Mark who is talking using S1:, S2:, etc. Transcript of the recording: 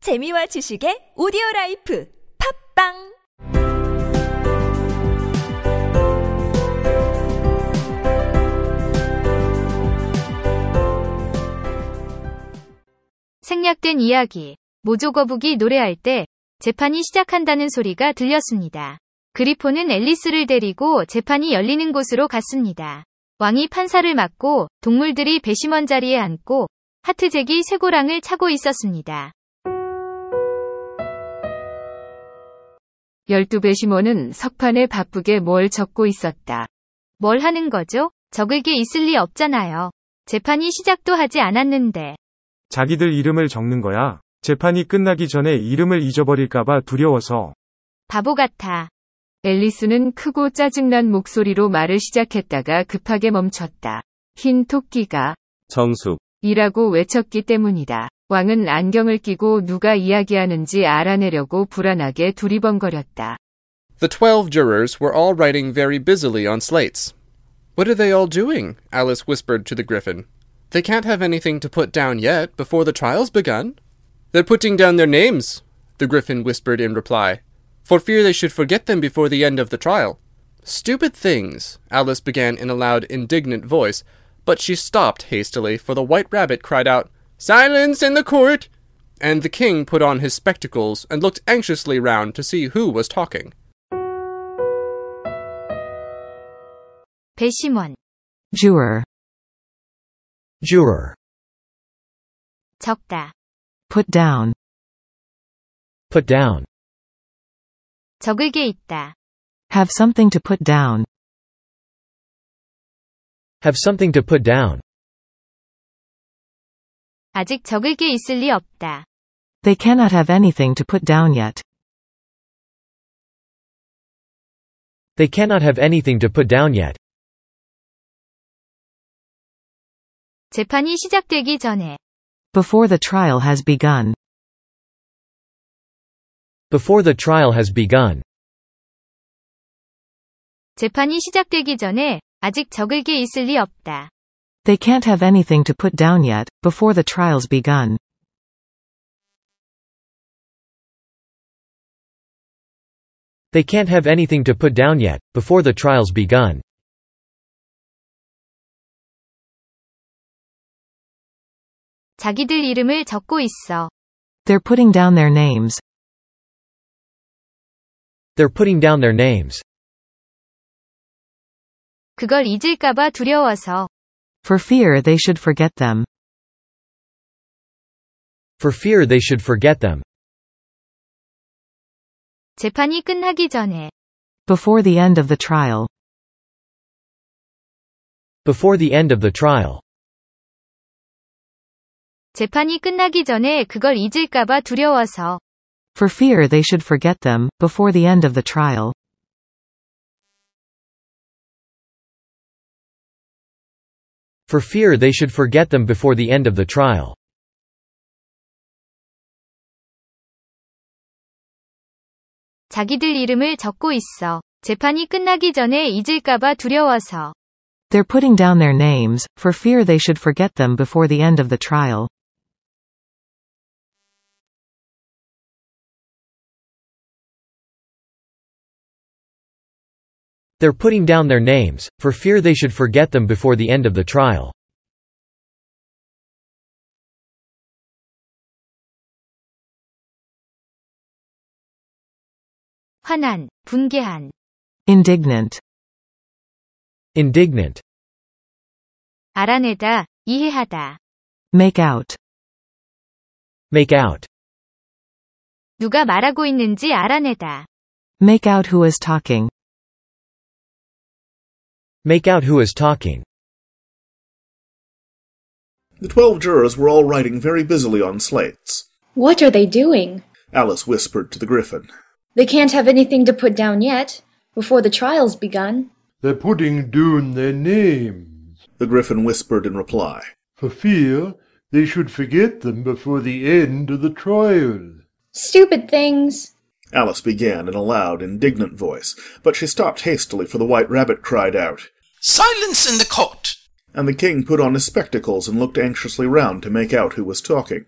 S1: 재미와 지식의 오디오 라이프 팝빵
S2: 생략된 이야기, 모조거북이 노래할 때 재판이 시작한다는 소리가 들렸습니다. 그리폰은 앨리스를 데리고 재판이 열리는 곳으로 갔습니다. 왕이 판사를 맡고 동물들이 배심원 자리에 앉고 하트잭이 쇠고랑을 차고 있었습니다. 12배 심원은 석판에 바쁘게 뭘 적고 있었다. 뭘 하는 거죠? 적을 게 있을 리 없잖아요. 재판이 시작도 하지 않았는데.
S3: 자기들 이름을 적는 거야. 재판이 끝나기 전에 이름을 잊어버릴까봐 두려워서.
S2: 바보 같아.
S4: 앨리스는 크고 짜증난 목소리로 말을 시작했다가 급하게 멈췄다. 흰 토끼가
S5: 정숙,
S4: 이라고 외쳤기 때문이다. 왕은 안경을 끼고 누가 이야기하는지 알아내려고 불안하게 두리번거렸다.
S6: The twelve jurors were all writing very busily on slates. What are they all doing? Alice whispered to the Gryphon. They can't have anything to put down yet before the trial's begun. They're putting down their names, the Gryphon whispered in reply, for fear they should forget them before the end of the trial. Stupid things, Alice began in a loud, indignant voice, but she stopped hastily, for the White Rabbit cried out, Silence in the court! And the king put on his spectacles and looked anxiously round to see who was talking.
S2: 배심원.
S4: juror,
S7: juror,
S2: 적다.
S4: put down,
S7: put down,
S2: 적을 게 있다.
S4: have something to put down,
S7: have something to put down,
S2: 아직 적을 게 있을 리 없다.
S4: they cannot have anything to put down yet,
S7: they cannot have anything to put down yet.
S2: 재판이 시작되기 전에
S4: before the trial has begun,
S7: Before the trial has begun,
S2: 재판이 시작되기 전에 아직 적을 게 있을 리 없다.
S4: they can't have anything to put down yet, before the trial's begun,
S7: they can't have anything to put down yet, before the trial's begun.
S2: 자기들 이름을 적고 있어.
S4: they're putting down their names,
S7: They're putting down their names,
S2: 그걸 잊을까봐 두려워서
S4: for fear they should forget them.
S7: for fear they should forget them,
S2: 재판이 끝나기 전에
S4: Before the end of the trial,
S7: before the end of the trial.
S2: 재판이 끝나기 전에 그걸 잊을까봐 두려워서
S4: for fear they should forget them, before the end of the trial,
S7: For fear they should forget them before the end of the trial.
S2: 자기들 이름을 적고 있어. 재판이 끝나기 전에 잊을까봐 두려워서
S4: they're putting down their names, for fear they should forget them before the end of the trial,
S7: They're putting down their names, for fear they should forget them before the end of the trial.
S2: 화난, 분개한.
S4: indignant,
S7: Indignant,
S2: 알아내다, 이해하다.
S4: make out,
S7: make out,
S2: 누가 말하고 있는지 알아내다.
S4: make out who is talking,
S7: make out who is talking.
S8: The twelve jurors were all writing very busily on slates.
S9: What are they doing?
S8: Alice whispered to the Gryphon.
S9: They can't have anything to put down yet, before the trial's begun.
S10: They're putting down their names,
S8: The Gryphon whispered in reply.
S10: for fear they should forget them before the end of the trial.
S9: Stupid things!
S8: Alice began in a loud, indignant voice, but she stopped hastily, for the White Rabbit cried out,
S11: Silence in the court!
S8: and the King put on his spectacles and looked anxiously round to make out who was talking.